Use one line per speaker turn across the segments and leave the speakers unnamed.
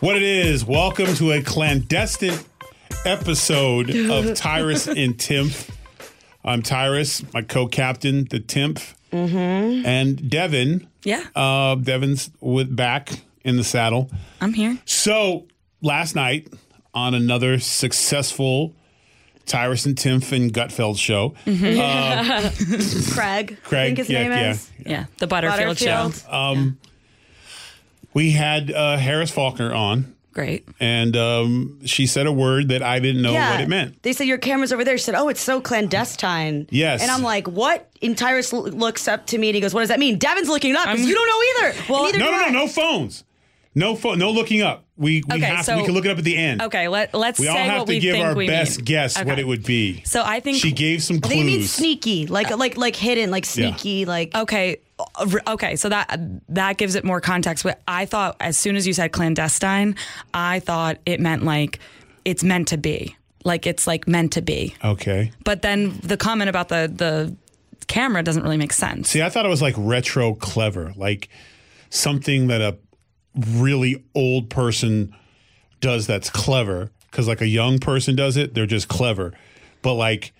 What it is, welcome to a clandestine episode of Tyrus and Timph. I'm Tyrus, my co captain, the Timph,
Mm-hmm.
and Devin.
Yeah.
Uh, Devin's with back in the saddle.
I'm here.
So last night on another successful Tyrus and Timph and Gutfeld show,
Craig.
Craig,
I think his
yeah,
name
yeah. Oh,
is.
Yeah. The Butterfield,
Butterfield.
show.
we had uh, Harris Faulkner on,
Great.
and um, she said a word that I didn't know what it meant.
They said your camera's over there. She said, "Oh, it's so clandestine."
Yes.
And I'm like, "What?" And Tyrus l- looks up to me and he goes, "What does that mean?" Devin's looking it up because
I'm-
you don't know either. Well, neither
No,
do
no,
I.
no, no phones. No phone. No looking up. We we
Okay,
have
so-
we can look it up at the end.
Okay, let, let's
We all
say
have
what
to
we
give
think
our
we
best
mean.
guess what
Okay.
it would be.
So I think-
she gave some clues.
They mean sneaky, like like like hidden, like sneaky, like.
Okay. uh, re- Okay, so that that gives it more context. But I thought as soon as you said clandestine, I thought it meant like it's meant to be. Like it's like meant to be.
Okay.
But then the comment about the the camera doesn't really make sense.
See, I thought it was like retro clever, like something that a really old person does that's clever. Because like a young person does it, they're just clever. But like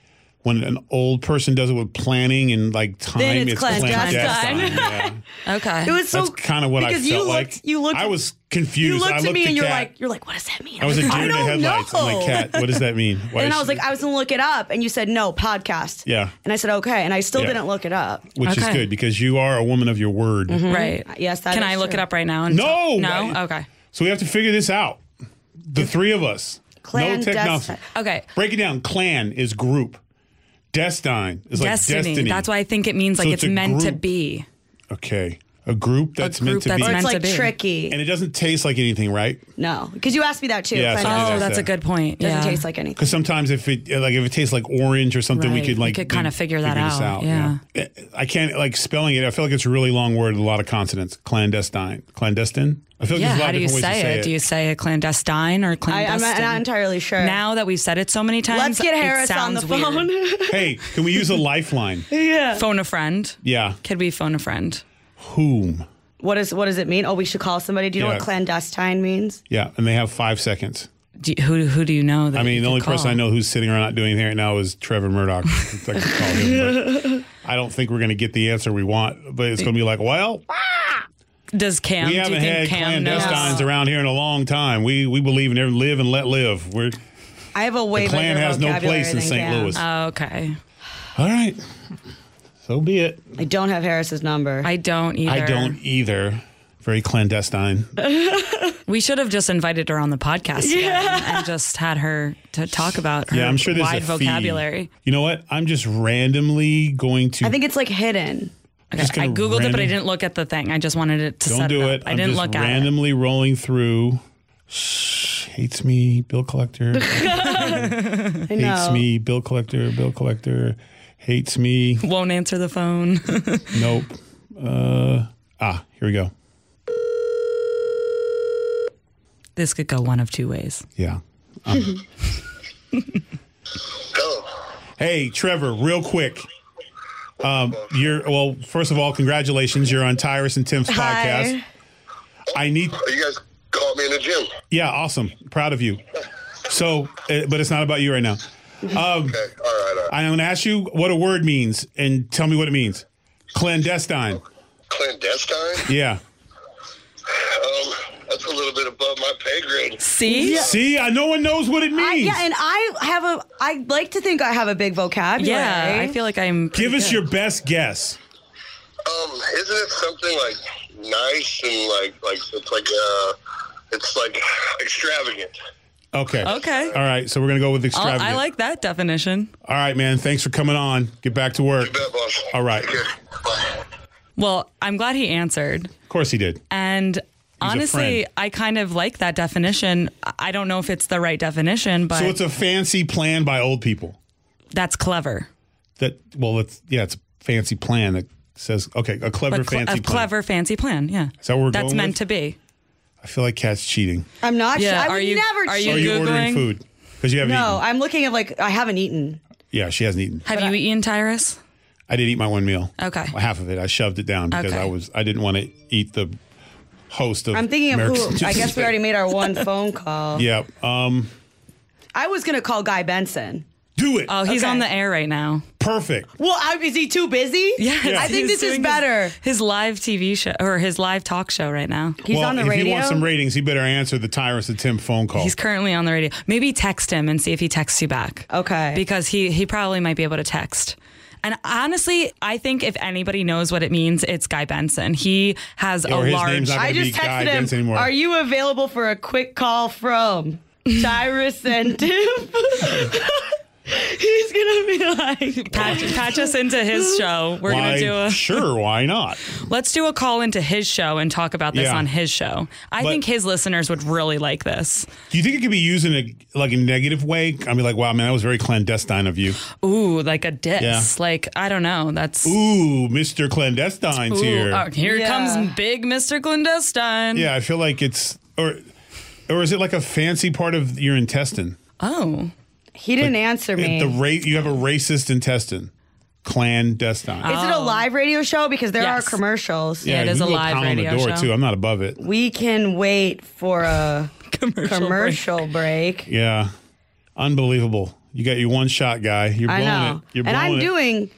when an old person does it with planning and like time,
it's clandestine.
Yeah.
Okay.
It was so
That's kind of what I felt
because you
like.
looked, You looked.
I was
You
confused.
looked
I
at
looked
me
at
and you're
Kat.
like, you're like, what does that mean?
I was a
like,
deer
I
in the
don't
headlights.
Know.
I'm like, Kat, what does that mean? Why
And
is
I was
she-
like, I was gonna look it up, and you said no podcast.
Yeah.
And I said okay, and I still
Yeah.
didn't look it up.
which is
Okay.
good because you are a woman of your word.
Mm-hmm.
right.
Yes, that
Can
is
I look
true.
it up right now? and
No,
tell- No.
I-
Okay.
So we have to figure this out. The three of us. No
Clandestine.
technology.
Oh.
Okay.
Break it down. Clan is group. Destine is like
destiny.
destiny.
That's why I think it means like
So
it's,
it's a
meant to
group.
be.
Okay. A group that's meant
group
to
that's
be.
Or
meant
it's
to
like
be.
tricky.
and it doesn't taste like anything, right?
no, because you asked me that too.
Yeah, so I
Clandestine.
did
Oh,
ask
that's
that.
a good point.
doesn't
yeah.
taste like anything.
Because sometimes if it like if it tastes like orange or something, we
Right.
could
We
like
could kinda
then
figure that
this
out,
Eh, I can't like spelling it. I feel like it's a really long word with a lot of consonants. Clandestine, clandestine. I feel like
Yeah,
there's a lot
how
of
do you
different
say,
ways to
it? Do you say a clandestine or
I, I'm
clandestine?
not, not entirely sure.
Now that we've said it so many times,
let's get
it
Harris on the
sounds weird.
phone.
hey, can we use a lifeline?
phone a friend.
Yeah,
Could we phone a friend?
whom?
what is what does it mean? Oh, we should call somebody. Do you know
Yeah.
what clandestine means?
Yeah, and they have five seconds.
Do you, who who do you know? That
I
you
mean, the
could
only person
call?
I know who's sitting around not doing anything right now is Trevor Murdoch. It's like, call him, but I don't think we're going to get the answer we want, but it's going to be like, well,
Does Cam?
we
Um, do you
haven't had
think Cam knows?
clandestines around here in a long time. We we believe in every live and let live. We're
I have a way.
The clan
bigger
has no
vocabulary
place in
than
St.
Cam.
Louis.
Oh, okay,
all right. So be it.
I don't have Harris's number.
I don't either.
I don't either. Very clandestine.
We should have just invited her on the podcast yeah. and just had her to talk about her
Yeah, I'm sure there's
wide
a fee.
vocabulary.
You know what? I'm just randomly going to.
I think it's like hidden.
Okay,
Just
I
gonna
googled it, but I
random-
didn't look at the thing. I just wanted it to
Don't
set
do
it.
it.
Up. I
I'm
didn't
just
look at it.
randomly rolling through. Shh, hates me, bill collector.
I know.
hates me, bill collector, bill collector. Hates me.
Won't answer the phone.
Nope. Uh, ah, here we go.
this could go one of two ways.
Yeah. Um,
Oh,
hey, Trevor, real quick. Um, you're well. First of all, congratulations. You're on Tyrus and Tim's podcast.
Hi.
I need.
You guys caught me in the gym.
Yeah, awesome. Proud of you. So, uh, but it's not about you right now. Um,
Okay. All right. All right.
I'm going to ask you what a word means and tell me what it means. Clandestine.
Clandestine.
Yeah.
Um, that's a little bit above my pay grade.
See?
See, I, no one knows what it means.
I, yeah, and I have a. I like to think I have a big vocabulary.
Yeah, I feel like I'm.
Give us your best guess.
Um, isn't it something like nice and like like it's like uh, it's like extravagant.
Okay.
Okay.
All right. So we're going to go
Oh,
with
I'll-
extravagant.
I like that definition.
All right, man. Thanks for coming on. Get back to work.
Bet, boss.
All right.
Take care. Bye.
Well, I'm glad he answered.
Of course he did.
And honestly,
friend.
I kind of like that definition. I- I don't know if it's the right definition, but
So it's a fancy plan by old people.
that's clever.
That well, it's yeah, it's a fancy plan that says okay, a clever
But cle-
fancy
a
plan.
clever fancy plan. Yeah.
Is that what we're
that's
going
meant
with?
to be.
I feel like Kat's cheating.
I'm not.
Yeah,
sure. I
are
would
you-
never.
are you
Are
cheat.
you ordering
Googling?
food? Because you haven't
No,
eaten.
I'm looking at like I haven't eaten.
Yeah, she hasn't eaten.
Have you eaten Tyrus?
I did eat my one meal.
Okay.
Half of it. I shoved it down because
Okay.
I was I didn't want to eat the host of
I'm thinking of
America's-
who. I guess we already made our one phone call.
Yeah. Um
I was gonna call Guy Benson.
do it.
Oh, he's
Okay.
on the air right now.
Perfect.
Well, I, is he too busy?
Yes,
I think
he's
this is
doing
better.
His, his live TV show or his live talk show right now.
He's
well,
on the
if
radio.
he wants some ratings, he better answer the Tyrus and Tim phone call.
He's currently on the radio. Maybe text him and see if he texts you back.
Okay.
Because he he probably might be able to text. And honestly, I think if anybody knows what it means, it's Guy Benson. He has
or
a
Oh, his
large
name's not
I
gonna
just
be Guy
texted him.
Benson anymore.
Are you available for a quick call from Tyrus and Tim? He's gonna be like,
patch, patch us into his show. We're
why,
gonna do a
sure, why not?
let's do a call into his show and talk about this
Yeah.
on his show. I
But-
think his listeners would really like this.
Do you think it could be used in a like a negative way? I mean, like, wow, man, that was very clandestine of you.
Ooh, like a diss.
Yeah.
Like I don't know. That's
Ooh, Mr. Clandestine's
Ooh,
here.
oh, here
Yeah.
comes big Mr. Clandestine.
Yeah, I feel like it's or or is it like a fancy part of your intestine?
Oh.
he didn't answer me.
The rate you have a racist intestine, clandestine.
is it a live radio show? Because there
Yes.
are commercials.
it is
you
a
go
live
pound on the
radio
door
show.
too. I'm not above it.
We can wait for a
Commercial.
commercial break.
Yeah, unbelievable. You got your one shot, guy. You're
I
blowing
know.
it. You're
and
blowing
I'm
it.
doing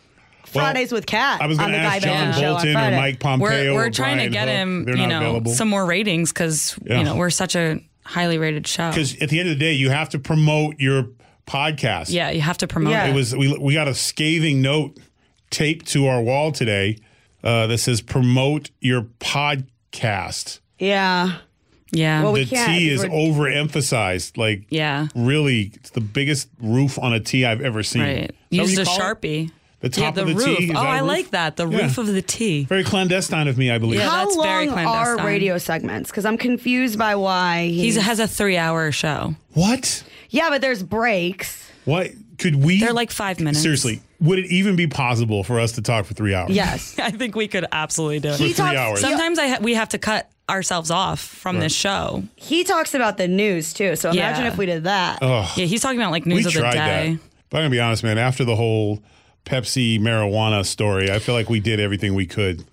Fridays with Cat
I was
on
going
the
to
Guy
ask John
Benson show on
Bolton or
Friday.
Mike Pompeo.
We're, we're
or
trying to
Brian
get
Hook.
him,
They're
you
not
know,
available.
some more ratings because
Yeah.
you know we're such a highly rated show.
because at the end of the day, you have to promote your podcast.
Yeah, you have to promote
Yeah.
it
it.
was we we got a scathing note taped to our wall today uh, that says promote your podcast.
Yeah.
Yeah,
Well, we
The
can't
T
because
is
we're-
overemphasized. Like
yeah,
really, it's the biggest roof on a T I've ever seen.
right.
Is that what
Used
you
a
call it?
sharpie.
The top
yeah, the
of the
roof.
T. is
oh,
a
I
roof?
like that. The
Yeah.
roof of the T.
Very clandestine of me, I believe.
Yeah.
How
that's very
long are
clandestine.
radio segments? Because I'm confused by why
He
he's.
has a three-hour show.
What?
yeah, but there's breaks.
What could we?
They're like five minutes.
Seriously, would it even be possible for us to talk for three hours?
Yes.
I think we could absolutely do
for
it.
He
three
talks-
hours.
Sometimes I ha- we have to cut ourselves off from this show.
he talks about the news too. So imagine
Yeah.
if we did that.
Oh.
Yeah, he's talking about like news
we
of the
tried
day.
that. But I'm gonna be honest, man. After the whole Pepsi marijuana story, I feel like we did everything we could.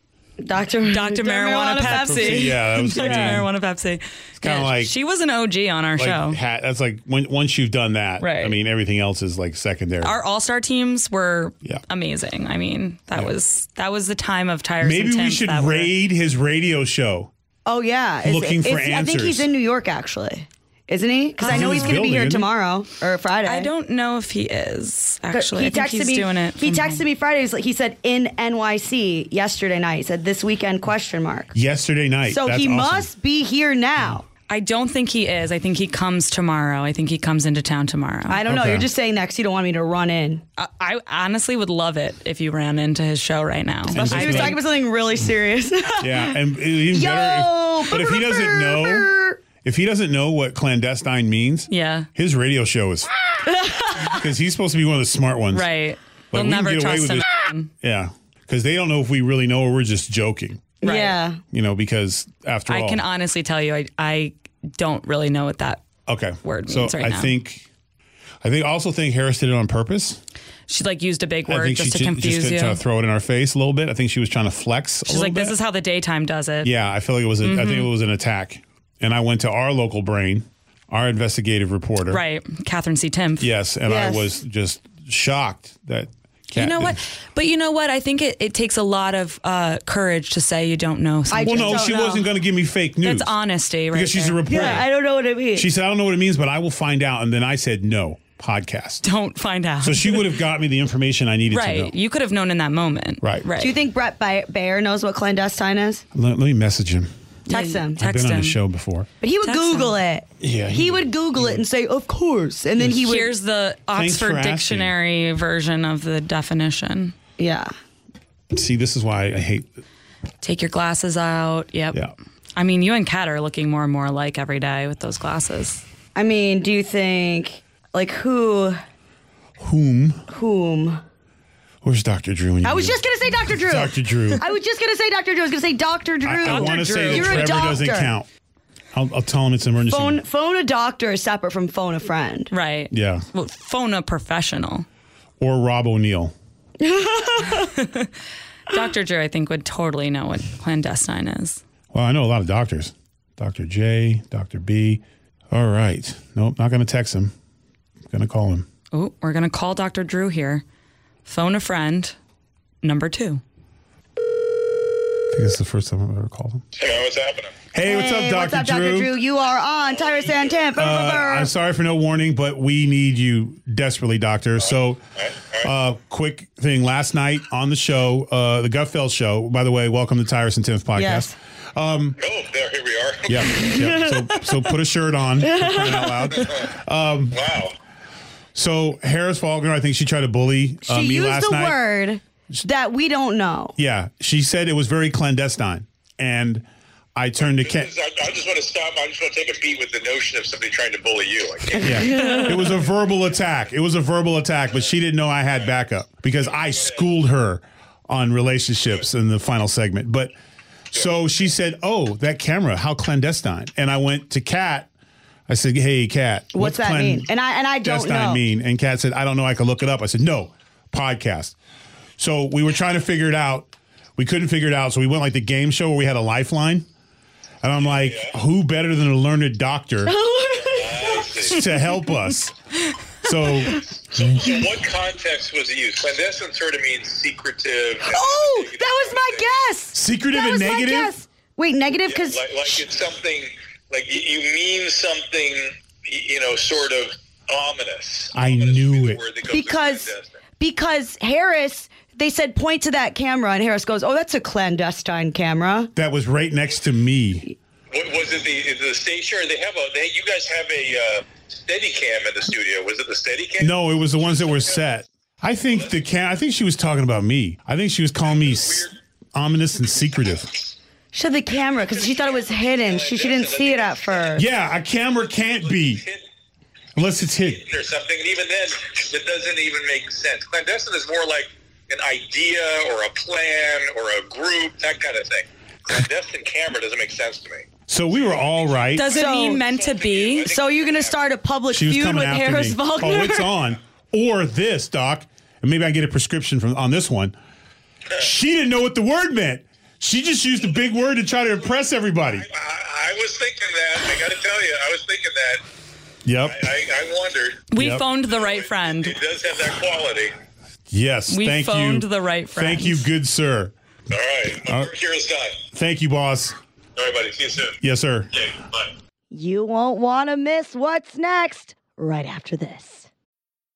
Doctor
Dr. Marijuana, Pepsi.
Yeah, that was
Dr.
mean.
Marijuana Pepsi.
kinda
Yeah,
like-
she was an OG on our
Like
show.
ha- that's like when, once you've done that,
Right.
I mean, everything else is like secondary.
Our All Star teams were
Yeah.
amazing. I mean, that was that was the time of Tyrus. and
Maybe we
Tim's
should
that were-
raid his radio show.
Oh yeah, Is-
Looking for
is- I think
answers.
he's in New York actually, isn't he? Because I
He's
know
in
he's
his
going to
building,
be here
isn't he?
tomorrow or Friday.
I don't know if he is
But
actually. I think he's
me.
doing it.
He
from-
texted me Friday. He's like- He said in NYC yesterday night. He said this weekend question mark.
Yesterday night.
So
That's
he
awesome.
must be here now.
I don't think he is. I think he comes tomorrow. I think he comes into town tomorrow.
I
I,
don't know.
Okay.
You're just saying that because you don't want me to run in.
I honestly would love it if you ran into his show right now. I
he was
like-
think-
talking about something really serious.
Yeah, and it- even better. If, but if he doesn't know, if he doesn't know what clandestine means,
Yeah.
his radio show is because he's supposed to be one of the smart ones,
right.
Like,
They'll
we can
never
get away
trust
with
him.
this Yeah, because they don't know if we really know or we're just joking.
Right.
yeah,
You know, because after all,
I can honestly tell you, I, I don't really know what that.
okay.
word
so
means right
I
now.
think, I think also think Harris did it on purpose.
She like used a big
I
word
think
just to
ju-
confuse
just
you.
trying to throw it in our face a little bit. I think she was trying to flex. a
She's
little
like, this
bit.
is how Mm-hmm. the daytime does it.
Yeah, I feel like it was. A, I think it was an attack. And I went to our local brain, our investigative reporter.
Right. Catherine C. Timp.
Yes, and
Yes.
I was just shocked that. Kat
You know
did-
what? But you know what? I think it, it takes a lot of uh, courage to say you don't know something.
Well,
just
no,
don't
she
know.
wasn't going to give me fake news.
That's honesty, right?
because she's a
there.
reporter.
yeah. I don't know what it means.
she said, "I don't know what it means, but I will find out." And then I said, "No, podcast."
don't find out.
So she would have got me the information I needed to know.
right. You could have known in that moment.
Right.
Right.
Do you think Brett Ba- Baer knows what clandestine is?
Let, let me message him.
Text him.
I've
Text
been on
him.
the show before.
But he would
Text
Google
him.
it.
Yeah,
He,
he
would Google it and say, "Of course," and then he would.
Here's the
Thanks for
Oxford
asking.
Dictionary version of the definition.
yeah.
See, this is why I hate
Take your glasses out. Yep.
Yeah.
I mean, you and Kat are looking more and more alike every day with those glasses.
I mean, do you think like who
Whom?
whom?
Where's Dr. Drew? When you
I was
do
just gonna say Dr. Drew.
that? Dr. Drew.
I was just gonna say Dr. Drew. I was gonna say Dr. Drew.
I, want to say
You're
that
a
Trevor doesn't
doctor.
count. I'll, I'll tell him it's an emergency.
Phone phone a doctor is separate from phone a friend.
Right.
Yeah.
Well, phone a professional.
Or Rob O'Neill.
Dr. Drew, I think, would totally know what clandestine is.
Well, I know a lot of doctors. Dr. J, Dr. B. All right. Nope, not going to text him. Going to call him.
Oh, we're going to call Dr. Drew here. Phone a friend, number two.
I think this is the first time I've ever called him.
Hey, what's happening?
Hey, what's
Hey,
up, Dr.
what's up,
Drew?
Dr. Drew? You are on Tyrus and Tim.
Uh, I'm sorry for no warning, but we need you desperately, doctor. So, uh, quick thing. Last night on the show, uh, the Gutfeld show, by the way, welcome to Tyrus and Tim's podcast.
Yes.
Oh, there, here we are.
Yeah. yeah. So, so put a shirt on. for crying out loud.
Wow.
So Harris Faulkner, I think she tried to bully uh,
she
me
used
last
the
night.
word that we don't know.
Yeah, she said it was very clandestine, and I turned to Ken.
This is- I, I just want to stop. I just want to take a beat with the notion of somebody trying to bully you. I can't.
Yeah, it was a verbal attack. It was a verbal attack, but she didn't know I had backup because I schooled her on relationships in the final segment. But so she said, "Oh, that camera, how clandestine?" And I went to Kat. I said, "Hey, Kat,
What's that mean? And I and I don't
clandestine
know.
mean?" And Kat said, "I don't know. I could look it up." I said, "No, podcast." So we were trying to figure it out. We couldn't figure it out. So we went like the game show where we had a lifeline. And I'm like, who better than a learned doctor
Oh,
to help us? So
So, so what context was it used? Clandestine sort of means secretive.
Oh, that was my guess.
secretive
That
and
was my
negative.
guess. Wait, negative
Yeah,
because
like, like it's something like you, you mean something, y- you know, sort of ominous.
I
Ominous would be
knew
the
it.
word that goes with
because
clandestine.
because Harris they said point to that camera and Harris goes, "Oh, that's a clandestine camera."
That was right next to me.
What, was it the is it the station? Or they have a they you guys have a uh, steady cam in the studio. Was it the steady cam?
No, it was the ones that were set. I think the can. I think she was talking about me. I think she was calling me s- ominous and secretive.
She had the camera because she thought it was hidden. She she didn't see it at first.
Yeah, a camera can't be
Hidden
unless it's hidden.
or something, and even then, it doesn't even make sense. Clandestine is more like an idea or a plan or a group, that kind of thing. Clandestine camera doesn't make sense to me.
So we were all right.
Does it
So-
mean meant to be?
So you're gonna start a public
She was
feud
coming
with
after
Harris
me.
Faulkner?
Oh, it's on. Or this, Doc, and maybe I can get a prescription from on this one. She didn't know what the word meant. She just used a big word to try to impress everybody.
I, I was thinking that. I got to tell you, I was thinking that.
Yep.
I, I wondered.
We
Yep.
phoned the right friend.
It does have that quality.
Yes.
We
thank
phoned
you.
the right friend.
Thank you, good sir.
All right, my work here is done.
Thank you, boss.
All right, buddy. See you soon.
Yes, sir.
Okay, bye.
You won't want to miss what's next right after this.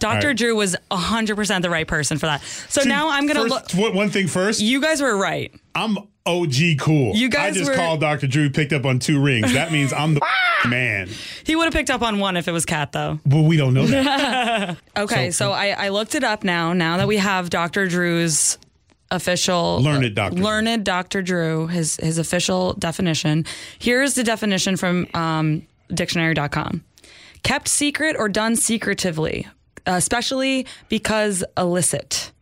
Dr.
All right.
Drew was 100% the right person for that. So
Dude,
now I'm going to look.
first- one- One thing first.
You guys were right.
I'm OG cool.
You guys
I just
were-
called Dr. Drew, picked up on two rings. That means I'm the man.
He would have picked up on one if it was Kat, though.
But we don't know that.
Okay, so, I, I looked it up now. Now that we have Dr. Drew's official
Learned Dr. Drew.
learned Dr. Drew, his his official definition. Here's the definition from um, dictionary.com: kept secret or done secretively, uh, especially because illicit.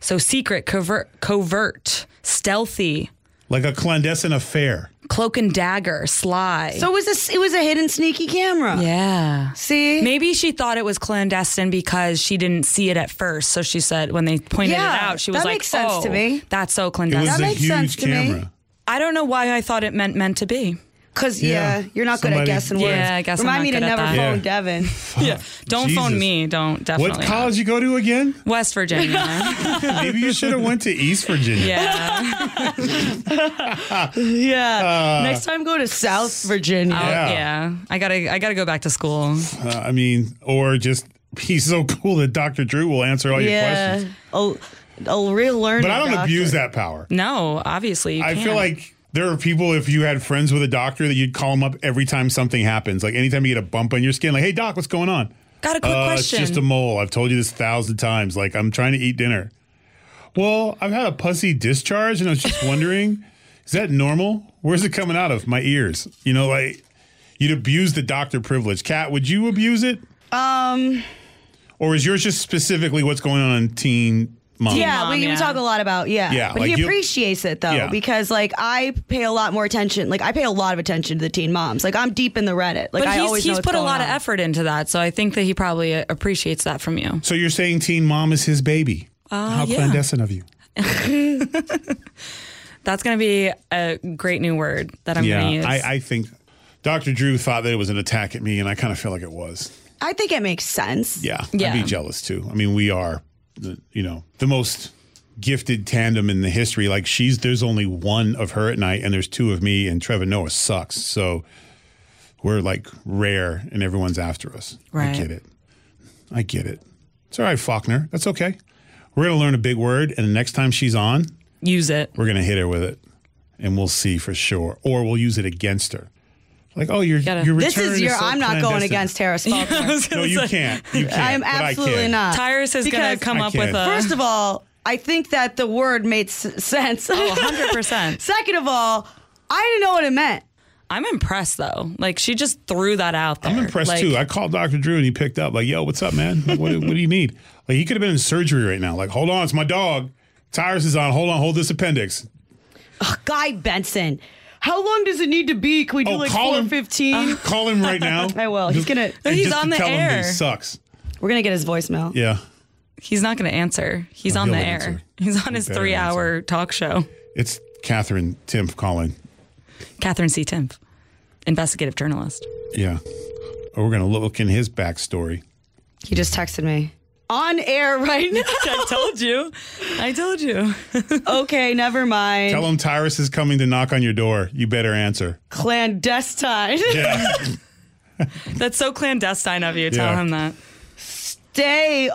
So secret, covert, covert, stealthy,
Like a clandestine affair.
cloak and dagger, sly.
So it was a s- it was a hidden sneaky camera.
yeah.
See,
Maybe she thought it was clandestine because she didn't see it at first. So she said when they pointed
Yeah,
it out, she was
that
like,
makes sense
"Oh,
to me."
that's
It
so
was
clandestine."
a
makes
huge
sense to me.
camera.
I don't know why I thought it meant meant to be.
Cause yeah,
Yeah.
you're not good at
Somebody-
guessing
Yeah,
words.
I guess I'm
Remind
not
me to
good at
never
that.
phone
Yeah.
Devin.
Yeah. Don't phone
Jesus.
me. Don't definitely.
What
not.
college you go to again?
West Virginia.
Maybe you should have went to East Virginia.
yeah.
Yeah.
Uh,
Next time, go to South Virginia.
Oh,
Yeah.
yeah. I gotta. I gotta go back to school.
Uh, I mean, or just he's so cool that Dr. Drew will
Oh.
answer all your
yeah.
questions.
I'll, I'll relearn.
But I
the
don't
doctor.
abuse that power.
No, obviously. You
I feel
can't.
like there are people if you had friends with a doctor that you'd call them up every time something happens. Like anytime you get a bump on your skin, like, hey doc, what's going on?
Got a quick
uh,
question.
It's just a mole. I've told you this a thousand times. Like I'm trying to eat dinner. Well, I've had a pussy discharge, and I was just wondering, is that normal? Where's it coming out of? My ears. You know, like you'd abuse the doctor privilege. Kat, would you abuse it,
Um.
or is yours just specifically what's going on in teen mom?
Yeah,
mom,
we,
yeah.
we talk a lot about yeah.
Yeah,
but
like
he
you-
appreciates it though
Yeah.
because like I pay a lot more attention. Like I pay a lot of attention to the teen moms. Like I'm deep in the Reddit. Like
but
I
he's,
always know
he's
what's
put a
going
lot of
on.
effort into that, so I think that he probably uh, appreciates that from you.
So you're saying teen mom is his baby? How
Ah, yeah.
clandestine of you.
That's gonna be a great new word that I'm gonna
Yeah,
use.
I, I think Dr. Drew thought that it was an attack at me, and I kind of feel like it was.
I think it makes sense.
Yeah,
Yeah.
I'd be jealous too. I mean, we are, the, you know, the most gifted tandem in the history. Like she's there's only one of her at night, and there's two of me, and Trevor Noah sucks. So we're like rare, and everyone's after us.
Right.
I get it. I get it. It's all right, Faulkner. That's okay. We're gonna learn a big word, and the next time she's on,
use it.
we're gonna hit her with it, and we'll see for sure, or we'll use it against her. Like, oh, you're
Gotta-
your
This
return
is your.
so
I'm not going
clandestine.
against Harris Faulkner.
No, you can't. You can't.
I am
but I
absolutely
can.
not.
Tyrus is gonna
Uh, Because-
come
I
up with
can't.
a
First of all, I think that the word made s- sense.
Oh, 100%.
Second of all, I didn't know what it meant.
I'm impressed though. Like she just threw that out there.
I'm impressed
Like,
too. I called Dr. Drew and he picked up, like, yo, what's up, man? Like, what, what do you need? Like, he could have been in surgery right now. Like, hold on, it's my dog. Tyrus is on. Hold on, hold this appendix.
Guy Benson. How long does it need to be? Can we do
Oh,
like
call him. Uh-huh.
415?
Call him right now.
I will. He's gonna-
and
He's
just to
on the
tell him that
air.
he sucks.
We're going to get his voicemail.
Yeah.
he's not gonna answer. He's on
he'll
the air.
answer.
He's on his
better
three hour talk show.
It's Catherine Timp calling.
Catherine C. Timp, investigative journalist.
Yeah. Oh, we're going to look in his backstory.
He just texted me. On air right now.
I told you. I told you.
okay, never mind.
Tell him Tyrus is coming to knock on your door. You better answer.
Clandestine.
Yeah.
That's so clandestine of you. Tell
Yeah.
him that.
Stay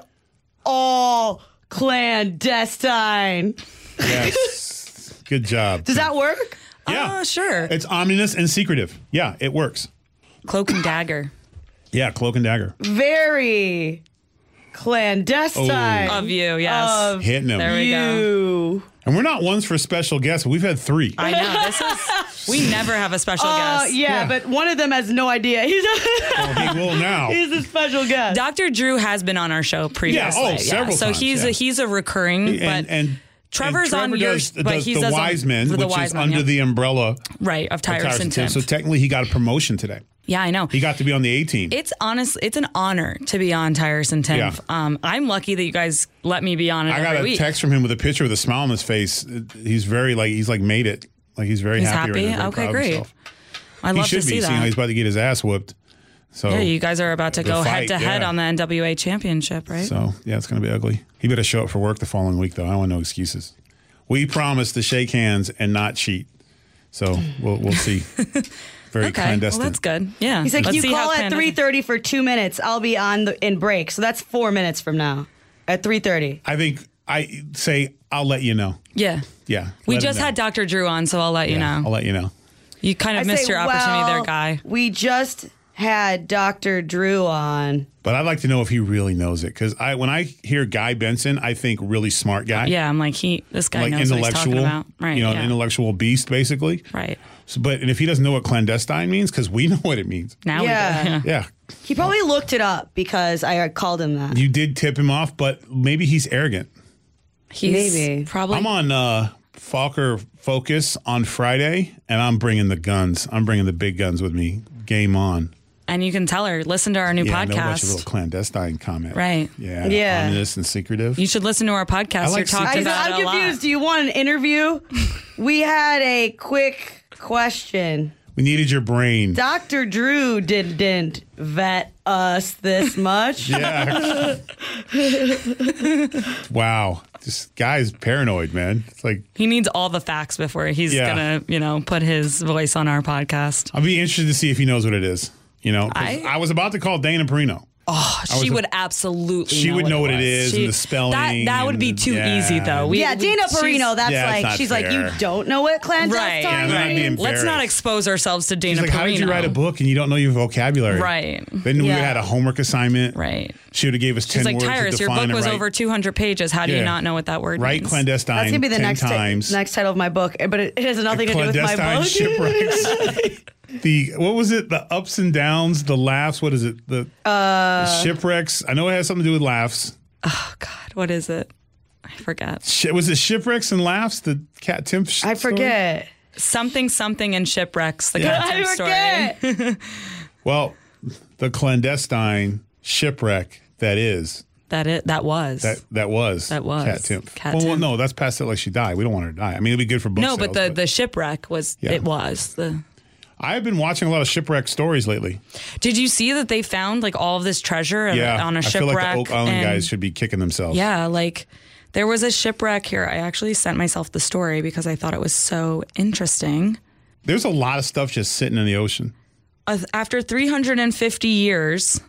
all clandestine.
yes. Good job.
Does that work?
yeah.
Oh, sure.
It's ominous and secretive. Yeah, it works.
Cloak and dagger
Yeah, cloak and dagger.
Mm,
Very
Oh.
clandestine.
of you. Yes.
Of
Hitting him.
there we go.
you.
And we're not ones for special guests. We've had three.
I know. This is. We never have a special
Uh,
guest.
yeah, but one of them has no idea. He's a,
Well, he will now.
he's a special guest.
Dr. Drew has been on our show previously.
oh, several
So
times,
he's a,
yeah.
he's a recurring,
and,
but
and
Trevor's
and
on
Trevor
your-
does,
but
does
he
the
does on-
wise men,
the
which
Wise
is
Men,
under
yeah.
the umbrella of
right of Tyrus,
Tyrus
and
and
Tim.
Tim. So technically, he got a promotion today.
yeah, I know.
He got to be on the A team.
It's honestly, it's an honor to be on Tyrus and Tim.
Yeah.
Um, I'm lucky that you guys let me be on it
I got
every
a
week.
text from him with a picture with a smile on his face. He's very like he's like made it. Like he's very
He's
happy. right
happy?
now, very
Okay,
proud of
great.
himself.
I
He
love to
should
see
be seeing how
that.
he's about to get his ass whooped. So
yeah, you guys are about to
The
go head
fight,
to head
yeah.
on the NWA championship, right?
So yeah, it's gonna be ugly. He better show up for work the following week though. I don't want no excuses. We promise to shake hands and not cheat. So we'll we'll see. Very
okay, well
clandestine.
that's good. Yeah,
He's like,
Let's
you
see how
call at
clandestine-
three thirty for two minutes. I'll be on the, in break, so that's four minutes from now. At three thirty,
I think I say I'll let you know.
Yeah,
Yeah.
we
let him
just
know.
had Dr. Drew on, so I'll let you
Yeah, I'll
know.
let you know.
You kind of missed your opportunity there, guy.
We just had Doctor Drew on.
But I'd like to know if he really knows it because I when I hear Guy Benson, I think really smart guy.
Yeah, I'm like he. This guy
Like
knows what he's talking
intellectual,
about, right?
you know,
yeah.
an intellectual beast, basically.
right.
So, but and if he doesn't know what clandestine means, because we know what it means.
Now
Yeah.
we do.
Yeah,
He probably
Oh.
looked it up because I had called him that.
you did tip him off, but maybe he's arrogant.
He's
Maybe.
probably.
I'm on uh, Falker Focus on Friday, and I'm bringing the guns. I'm bringing the big guns with me. Game on.
and you can tell her. Listen to our new
Yeah, I know about your
podcast.
little clandestine comment.
Right.
Yeah.
Yeah.
Ominous and secretive.
You should listen to our podcast.
I like
You're talked
I,
secret-
about it
I'm
a
confused.
lot.
Do you want an interview? we had a quick question.
We needed your brain.
Dr. Drew didn't, didn't vet us this much.
Yeah. wow. This guy's paranoid, man. It's like
He needs all the facts before he's
Yeah.
gonna, you know, put his voice on our podcast.
I'll be interested to see if he knows what it is. You know, 'cause I,
I-
was about to call Dana Perino.
She would absolutely.
She
know
would
what
know what it
was.
is and the spelling
That, that would be
and-
too
yeah.
easy, though. We,
Yeah,
we-
Dana
she's-
Perino, that's
Yeah, it's
like,
not
she's like,
fair.
you don't know what
Right. Yeah,
clandestine
then
I'd be
means?
in-
Let's not
embarrassed.
expose ourselves to Dana
She's like,
Perino.
how did you write a book and you don't know your vocabulary?
Right.
Then we
Yeah.
had a homework assignment.
Right.
She would have gave us
She's
ten
like,
words
Tyrus,
to
your
define
book
a
was
right,
over 200 pages. How do
Yeah.
you not know what that word
right
means?
clandestine.
That's gonna be the
10
next ti-
times.
next title of my book, but it, it has nothing to do with my
clandestine
book.
shipwrecks. the what was it? The ups and downs, the laughs. What is it? The,
Uh,
the shipwrecks. I know it has something to do with laughs.
Oh, God, what is it? I forget.
Shi was it shipwrecks and laughs? The cat Tim.
I forget.
Something, something, and shipwrecks. The
Yeah.
goddamn
I
story.
forget.
Well, the clandestine shipwreck that is
That it. That was.
that that was
That was
Cat Tim.
Cat
well, well,
Timp.
no, that's past it. Like she died. We don't want her to die. I mean, it'd be good for book
no, but the
sales,
the shipwreck was.
Yeah.
It was the.
I've been watching a lot of shipwreck stories lately.
Did you see that they found like all of this treasure
Yeah,
on a
I feel
shipwreck?
like the Oak Island
and-
guys should be kicking themselves.
Yeah, like there was a shipwreck here. I actually sent myself the story because I thought it was so interesting.
There's a lot of stuff just sitting in the ocean.
Uh, after 350 years,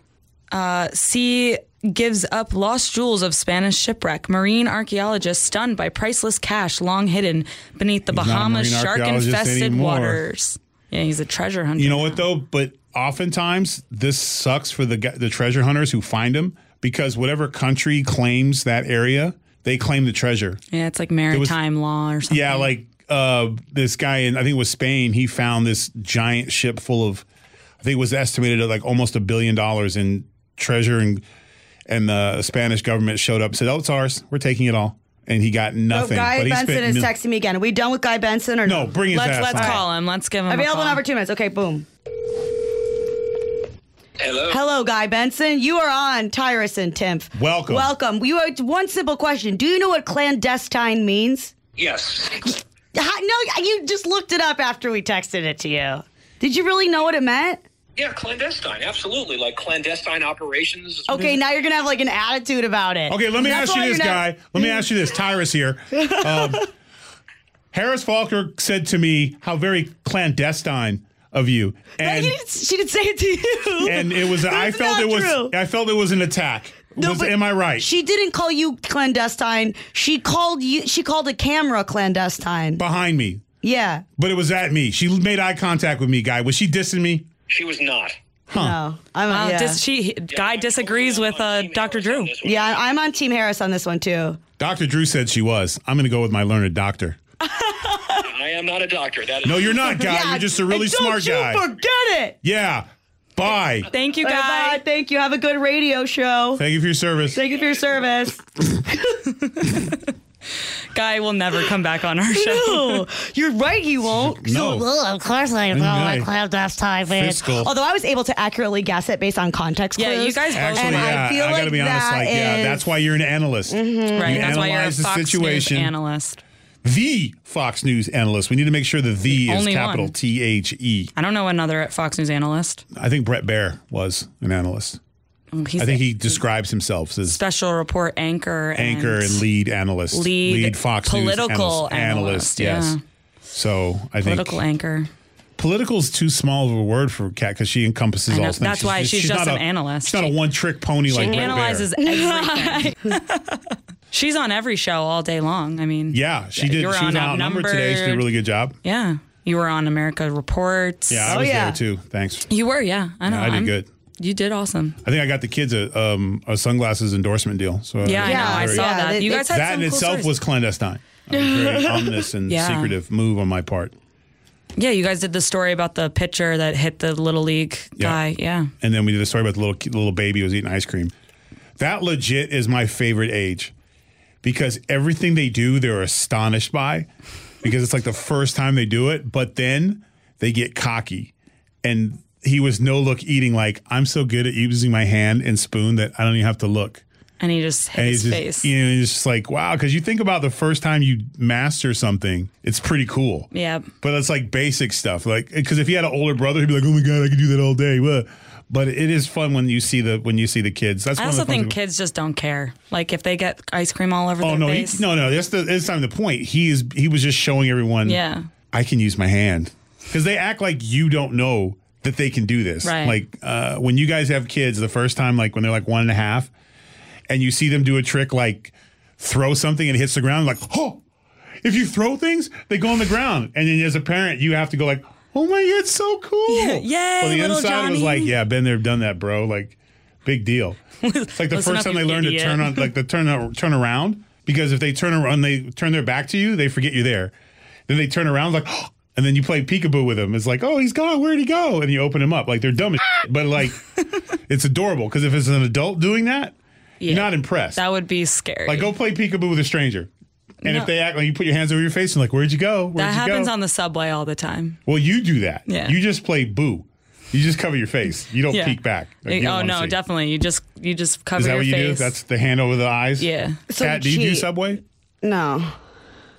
uh, sea gives up lost jewels of Spanish shipwreck. Marine archaeologists stunned by priceless cash long hidden beneath the
He's not a
Bahamas
marine
shark
archaeologist
infested
anymore.
waters. Yeah, he's a treasure hunter.
You know what though? But oftentimes this sucks for the gu- the treasure hunters who find them because whatever country claims that area, they claim the treasure.
Yeah, it's like maritime law or something.
Yeah,
Mm-hmm.
like uh, this guy in I think it was Spain. He found this giant ship full of I think it was estimated at like almost a billion dollars in treasure and and the Spanish government showed up and said, "Oh, it's ours. We're taking it all." And he got
Oh,
nothing.
Guy
but he
Benson
spent
is
mil-
texting me again. Are we done with Guy Benson or no?
No, bring his
Let's
ass
let's
on.
call him. Let's give him a
Available
call.
now for two minutes. Okay, boom.
Hello.
Hello, Guy Benson. You are on Tyrus and Timpf.
Welcome.
Welcome. You are one simple question. Do you know what clandestine means?
Yes.
Ha- No, you just looked it up after we texted it to you. Did you really know what it meant?
Yeah, clandestine. Absolutely. Like clandestine operations.
Okay, now you're gonna have like an attitude about it.
Okay, let me
That's
ask you
why
this,
you're not-
guy. Let
Mm-hmm.
me ask you this. Tyrus here. Um, Harris Falker said to me how very clandestine of you,
Like,
and
you didn't- she didn't say it to you.
and it was. I
That's
felt
not
it was.
true.
I felt it was an attack.
No,
was,
but
am I right?
She didn't call you clandestine. She called you. She called a camera clandestine.
Behind me,
yeah.
but it was at me. She made eye contact with me, guy. Was she dissing me?
She was not.
No. I'm.
Uh,
yeah.
dis- she guy disagrees with uh, Dr. Drew.
yeah. I'm on Team Harris on this one too.
Doctor Drew said she was. I'm going to go with my learned doctor.
I am not a doctor. That is
No, you're not, guy. you're just a really
and
smart
don't you
guy.
Forget it.
yeah. Bye.
Thank you,
Bye.
guy.
Bye. Thank you. Have a good radio show.
Thank you for your service.
Thank you for your service.
Guy will never come back on our show.
No, you're right. He won't.
No.
So, well, of course I
Okay.
know my clandestine man.
Fiscal.
Although I was able to accurately guess it based on context.
Yeah,
clues.
you guys both
Actually,
And I
yeah, I,
feel
gotta
like
be honest.
that
Like, yeah,
is- Mm-hmm.
that's why you're an analyst,
right.
You
That's why you're a
analyze the
Fox
situation.
News analyst.
the Fox News analyst. We need to make sure the "the" is
only
capital
one.
T H E.
I don't know another Fox News analyst.
I think Brett Baer was an analyst.
He's
I think he describes himself
a
as
special report anchor.
anchor and lead analyst,
lead
Fox
political
News analyst.
analyst,
yes.
yeah.
So I think
political anchor.
Political's too small of a word for Cat because she encompasses
I know.
all things.
That's why she's just
not
an
a,
analyst.
She's not a
She-
one-trick pony like
she
Brett Baer.
analyzes everything. She's on every show all day long. I mean,
Yeah, she did.
You're
She was
on
on number today. She did a
Outnumbered.
really good job.
yeah. You were on America Reports.
Yeah, I
Oh,
was
yeah.
there too. Thanks.
You were, yeah. I know.
I did
I'm-
good.
You did awesome.
I think I got the kids a um, a sunglasses endorsement deal. So
Yeah,
was
I know. I
very-
saw
Yeah,
that.
it-
You
it-
guys had
that
some
in
cool
itself
stories.
was clandestine. That was a very ominous and
Yeah.
secretive move on my part.
Yeah, you guys did the story about the pitcher that hit the little league
Yeah.
guy. Yeah.
And then we did a story about the little ki- little baby who was eating ice cream. That legit is my favorite age because everything they do, they're astonished by because it's like the first time they do it. But then they get cocky, and he was no look eating like I'm so good at using my hand and spoon that I don't even have to look.
and he just hit
And
his
he's just,
face.
You know, he's just like, wow, because you think about the first time you master something, it's pretty cool.
Yeah.
But it's like basic stuff. Like, because if he had an older brother, he'd be like, oh my God, I could do that all day. Blah. But it is fun when you see the when you see the kids. That's
I
one of
also
the fun
think
things-
kids just don't care. Like if they get ice cream all over
Oh
their
no, he,
face.
no, no. That's the that's not the point. He is he was just showing everyone.
Yeah.
I can use my hand because they act like you don't know that they can do this.
Right.
Like uh, when you guys have kids, the first time, like when they're like one and a half, and you see them do a trick like throw something and it hits the ground, like oh. If you throw things, they go on the ground, and then as a parent, you have to go like, "Oh my, God, it's so cool!"
Yay,
On the inside,
little
it was
Johnny.
like, "Yeah, been there, done that, bro." Like, big deal. It's like the
Listen
first
up,
time they
you
learn to
idiot.
turn on, like the turn turn around, because if they turn around, they turn their back to you, they forget you're there. Then they turn around, like, and then you play peekaboo with them. It's like, oh, he's gone. Where'd he go? And you open him up, like they're dumb as shit, but like, it's adorable because if it's an adult doing that, you're not impressed.
That would be scary.
like, go play peekaboo with a stranger. And
No.
if they act like you put your hands over your face and like, where'd you go? Where'd
that
you
happens
go?
on the subway all the time.
Well, you do that.
Yeah.
You just play boo. You just cover your face. You don't
Yeah.
peek back. Like, you don't
oh
wanna
no,
see.
definitely. You just you just cover
Is that
your
what you
face.
do? That's the hand over the eyes.
Yeah.
So
Kat, do you do
cheap.
Subway?
No.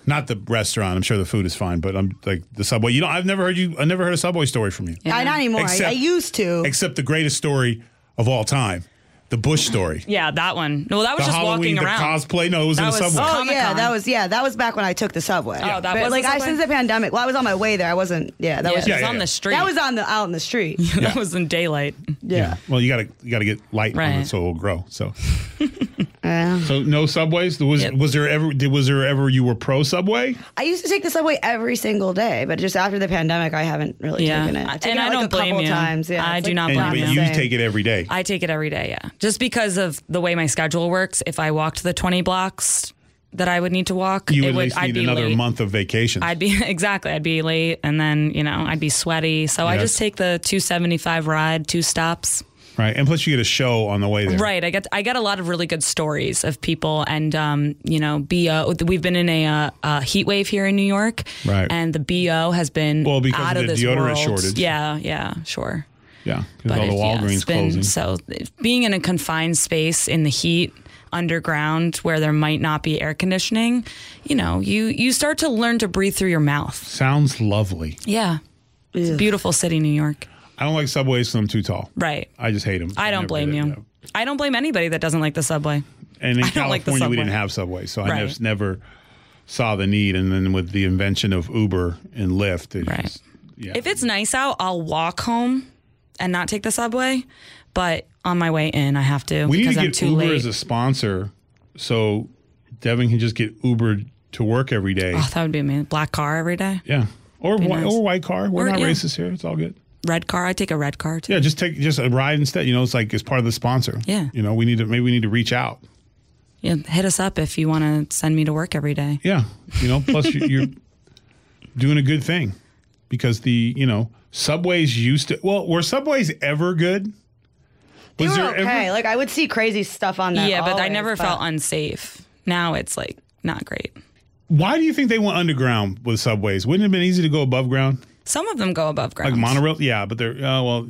Not the restaurant. I'm sure the food is fine, but I'm like the Subway. You know, I've never heard you. I never heard a Subway story from you,
I, not anymore. I, I
Except-
used to.
except the greatest story of all time, the Bush story.
yeah, that one. No, that was
the
just
Halloween,
walking
the
around.
cosplay. No, it was
That
in the
was-
Subway.
Oh
Comic-Con.
yeah, that was yeah, that was back when I took the subway.
Oh, that
But,
was
like
the
I
subway?
since the pandemic. Well, I was on my way there. I wasn't. Yeah, that
yeah,
was
it
Yeah,
was
yeah,
on
yeah.
the street.
that was on the out in the street.
that was in daylight.
yeah. Well, you gotta you gotta get light on
Right.
it so it'll grow. So
Yeah.
so no Subways. Was
Yep.
was there ever did, was there ever you were pro Subway?
I used to take the subway every single day, but just after the pandemic, I haven't really
Yeah.
taken it.
I-
I've taken
and
it,
I
like,
don't
a couple
blame you.
Times. Yeah,
I
it's
do
like-
not
And
blame
but
you.
you take it every day.
I take it every day, yeah. Just because of the way my schedule works, if I walked the 20 blocks that I would need to walk,
you
it
at
would
least
I'd
need
be
another
late.
month of vacation.
I'd be exactly, I'd be late and then, you know, I'd be sweaty. So I
Yeah.
just take the 275 ride, two stops.
right. And plus you get a show on the way there.
Right. I get I get a lot of really good stories of people, and um, you know, bo. We've been in a, uh uh heat wave here in New York,
Right.
And the bo has been
Well, because
out
of the
this
deodorant
world.
shortage.
Yeah, yeah, sure.
Yeah. Because all the
it- yeah,
Walgreens
it's been-
closing.
So it- being in a confined space in the heat underground where there might not be air conditioning, you know, you you start to learn to breathe through your mouth.
Sounds lovely.
Yeah. It's a beautiful city, New York.
I don't like subways because I'm too tall.
Right.
I just hate them.
I don't blame you. I don't blame anybody that doesn't like the subway.
And in
I don't like
California,
the
we
subway.
didn't have subways, so I
Right.
just never saw the need. And then with the invention of Uber and Lyft, it's
Right.
just- yeah.
If it's nice out, I'll walk home and not take the subway. But on my way in, I have to
we need
because
to
I'm
get
too
Uber
late.
as a sponsor, so Devin can just get Uber to work every day.
oh, that would be amazing. Black car every day.
yeah, or whi-
nice.
or white car. We're
Or-
not
yeah.
racist here. It's all good.
Red car. I take a red car too.
Yeah, just take just a ride instead. You know, it's like it's part of the sponsor.
Yeah.
You know, we need to maybe we need to reach out.
Yeah, hit us up if you want to send me to work every day.
Yeah, you know. Plus, you, you're doing a good thing because the you know subways used to. Well, were subways ever good?
They
Was
were
there
okay.
ever-
like I would see crazy stuff on that.
yeah, but I
always,
never
but-
felt unsafe. Now it's like not great.
Why do you think they went underground with subways? Wouldn't it have been easy to go above ground,
Some of them go above ground.
like monorail? Yeah, but they're uh, well.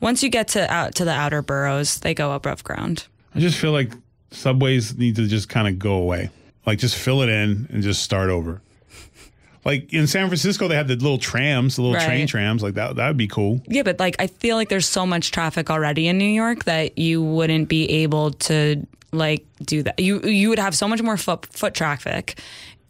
Once you get to out to the outer boroughs, they go above ground.
I just feel like subways need to just kind of go away. Like just fill it in and just start over. Like in San Francisco, they had the little trams, the little train
Right.
trams. Like that, that would be cool.
Yeah, but like I feel like there's so much traffic already in New York that you wouldn't be able to like do that. You you would have so much more foot foot traffic,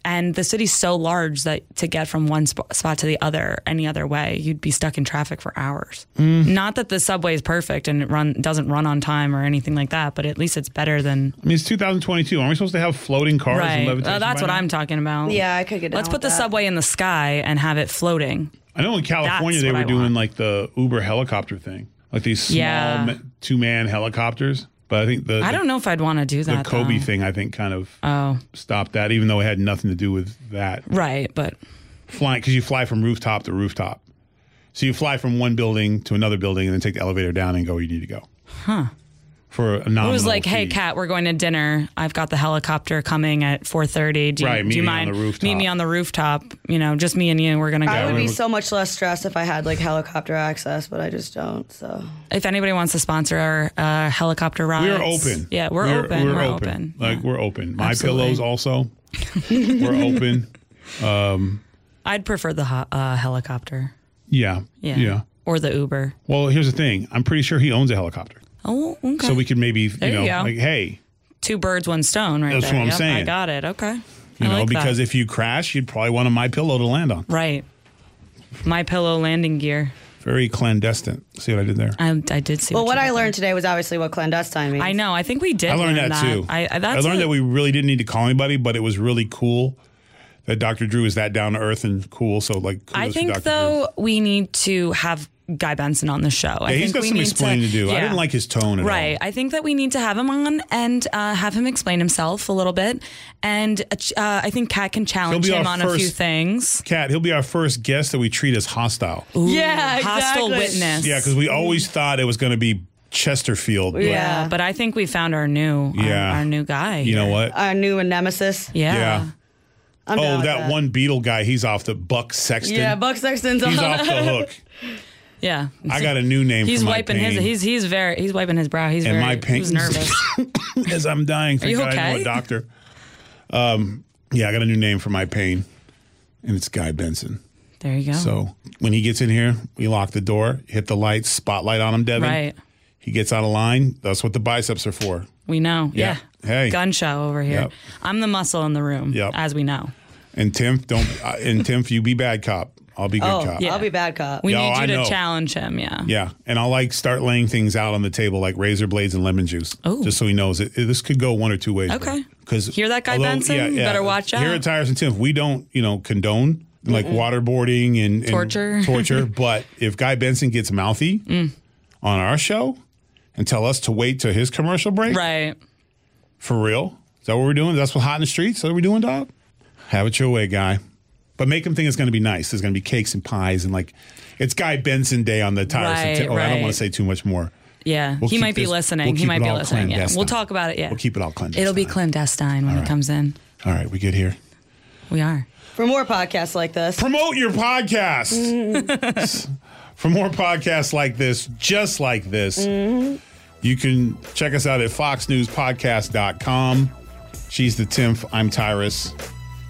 and the city's so large that to get from one sp- spot to the other any other way, you'd be stuck in traffic for hours. Not that the subway is perfect and it run doesn't run on time or anything like that, but at least it's better than
I mean, it's 2022. Aren't we supposed to have floating cars and
right.
levitation?
Uh, that's
by
what
now?
I'm talking about.
Yeah, I could get.
Let's
down
put
with
the
that.
subway in the sky and have it floating.
I know in California
That's
they
what
were
I
doing
want.
like the Uber helicopter thing, like these small
Yeah.
ma- two man helicopters. But I think the
I don't know if I'd want to do
the,
that.
Kobe
though.
thing I think kind of
Oh,
stopped that, even though it had nothing to do with that
right, but
flying because you fly from rooftop to rooftop, so you fly from one building to another building and then take the elevator down and go where you need to go. Huh. for a nominal.
It was like, "Hey,
fee.
Kat, we're going to dinner. I've got the helicopter coming at 4:30. Do you,
Right, meet
do you
me on
mind?
the rooftop."
meet me on the rooftop. You know, just me and you. We're gonna go.
I would be
remember-
so much less stressed if I had like helicopter access, but I just don't. So
if anybody wants to sponsor our uh, helicopter rides,
We're open.
Yeah, we're, open. We're, open.
Like we're open. My
Absolutely.
pillows also. we're open.
I'd prefer the ho- uh, helicopter.
Yeah.
Yeah.
Yeah.
Or the Uber.
Well, here's the thing. I'm pretty sure he owns a helicopter.
Oh, okay.
So we could maybe, you
you
know,
go.
like, hey,
Two birds, one stone, right
That's
there.
what I'm
Yep, I
saying.
got it. Okay.
you
I
know,
like that.
because if you crash, you'd probably want a my pillow to land on.
right, my pillow landing gear.
Very clandestine. See what I did there?
I, I did see.
Well, what
what you
I
did there.
learned today was obviously what clandestine means.
I know. I think we did.
I learned
learn
that, too.
I, I,
I
that's
learned
a-
that we really didn't need to call anybody, but it was really cool that Dr. Drew is that down to earth and cool. So, like, kudos
I
to
think
Dr. Drew.
though we need to have Guy Benson on the show. I
Yeah,
think
he's got
we
some
need
explaining to, do. I
yeah.
didn't like his tone at
Right.
all.
I think that we need to have him on and uh, have him explain himself a little bit. And uh, ch- uh, I think Kat can challenge
be
him
our
on a few
first-
things.
Cat, he'll be our first guest that we treat as hostile.
Yeah,
Hostile
exactly.
witness.
Yeah, because we always thought it was going to be Chesterfield. but
Yeah.
Uh, But I think we found our new our-
Yeah.
our, new guy.
You know what?
Our new nemesis.
Yeah.
yeah.
I'm down
Oh, that,
with that
one Beetle guy, he's off the Buck Sexton.
Yeah, Buck Sexton's
he's
on.
off the hook.
Yeah.
I got a new name
He's
for my
wiping
pain.
his he's he's very he's wiping his brow. He's
and
very
my pain.
he was nervous.
as I'm dying. Thank
you
God I know
okay?
a doctor. Um, yeah, I got a new name for my pain, and it's Guy Benson.
there you go.
So when he gets in here, we lock the door, hit the lights, spotlight on him, Devin.
right.
He gets out of line. That's what the biceps are for.
We know.
Yeah.
Yeah.
Hey.
Gun show over here.
Yep.
I'm the muscle in the room,
Yep.
as we know.
And Tim, don't. uh, and Tim, you be bad cop. I'll be good
Oh,
cop.
yeah.
I'll be bad cop.
We
Yo,
need you
I
to
know.
challenge him. Yeah.
Yeah, and I'll like start laying things out on the table like razor blades and lemon juice,
Oh.
just so he knows it. it- This could go one or two ways.
Okay.
because
Hear that, Guy Benson? Better watch
Here
out.
at Tires and Tim, we don't you know condone like waterboarding and, and
Torture. Mm.
torture. but if Guy Benson gets mouthy on our show and tell us to wait till his commercial break,
Right.
For real? Is that what we're doing? That's what hot in the streets? That's what we're doing, dog? Have it your way, guy. But make him think it's going to be nice. There's going to be cakes and pies and like, it's Guy Benson Day on the tires. and
Right,
Tim- oh, I don't
right.
want to say too much more.
Yeah.
We'll
he
keep
might be
this-
listening.
we'll
he
keep
might
it
be
all
listening. Yeah. We'll
clandestine.
talk about it. Yeah.
We'll keep it all clean.
It'll be clandestine when he comes in.
All right, we get here.
We are.
For more podcasts like this,
Promote your podcast.
Mm.
For more podcasts like this, just like this,
Mm-hmm.
you can check us out at foxnewspodcast.com. She's the Timph. I'm Tyrus.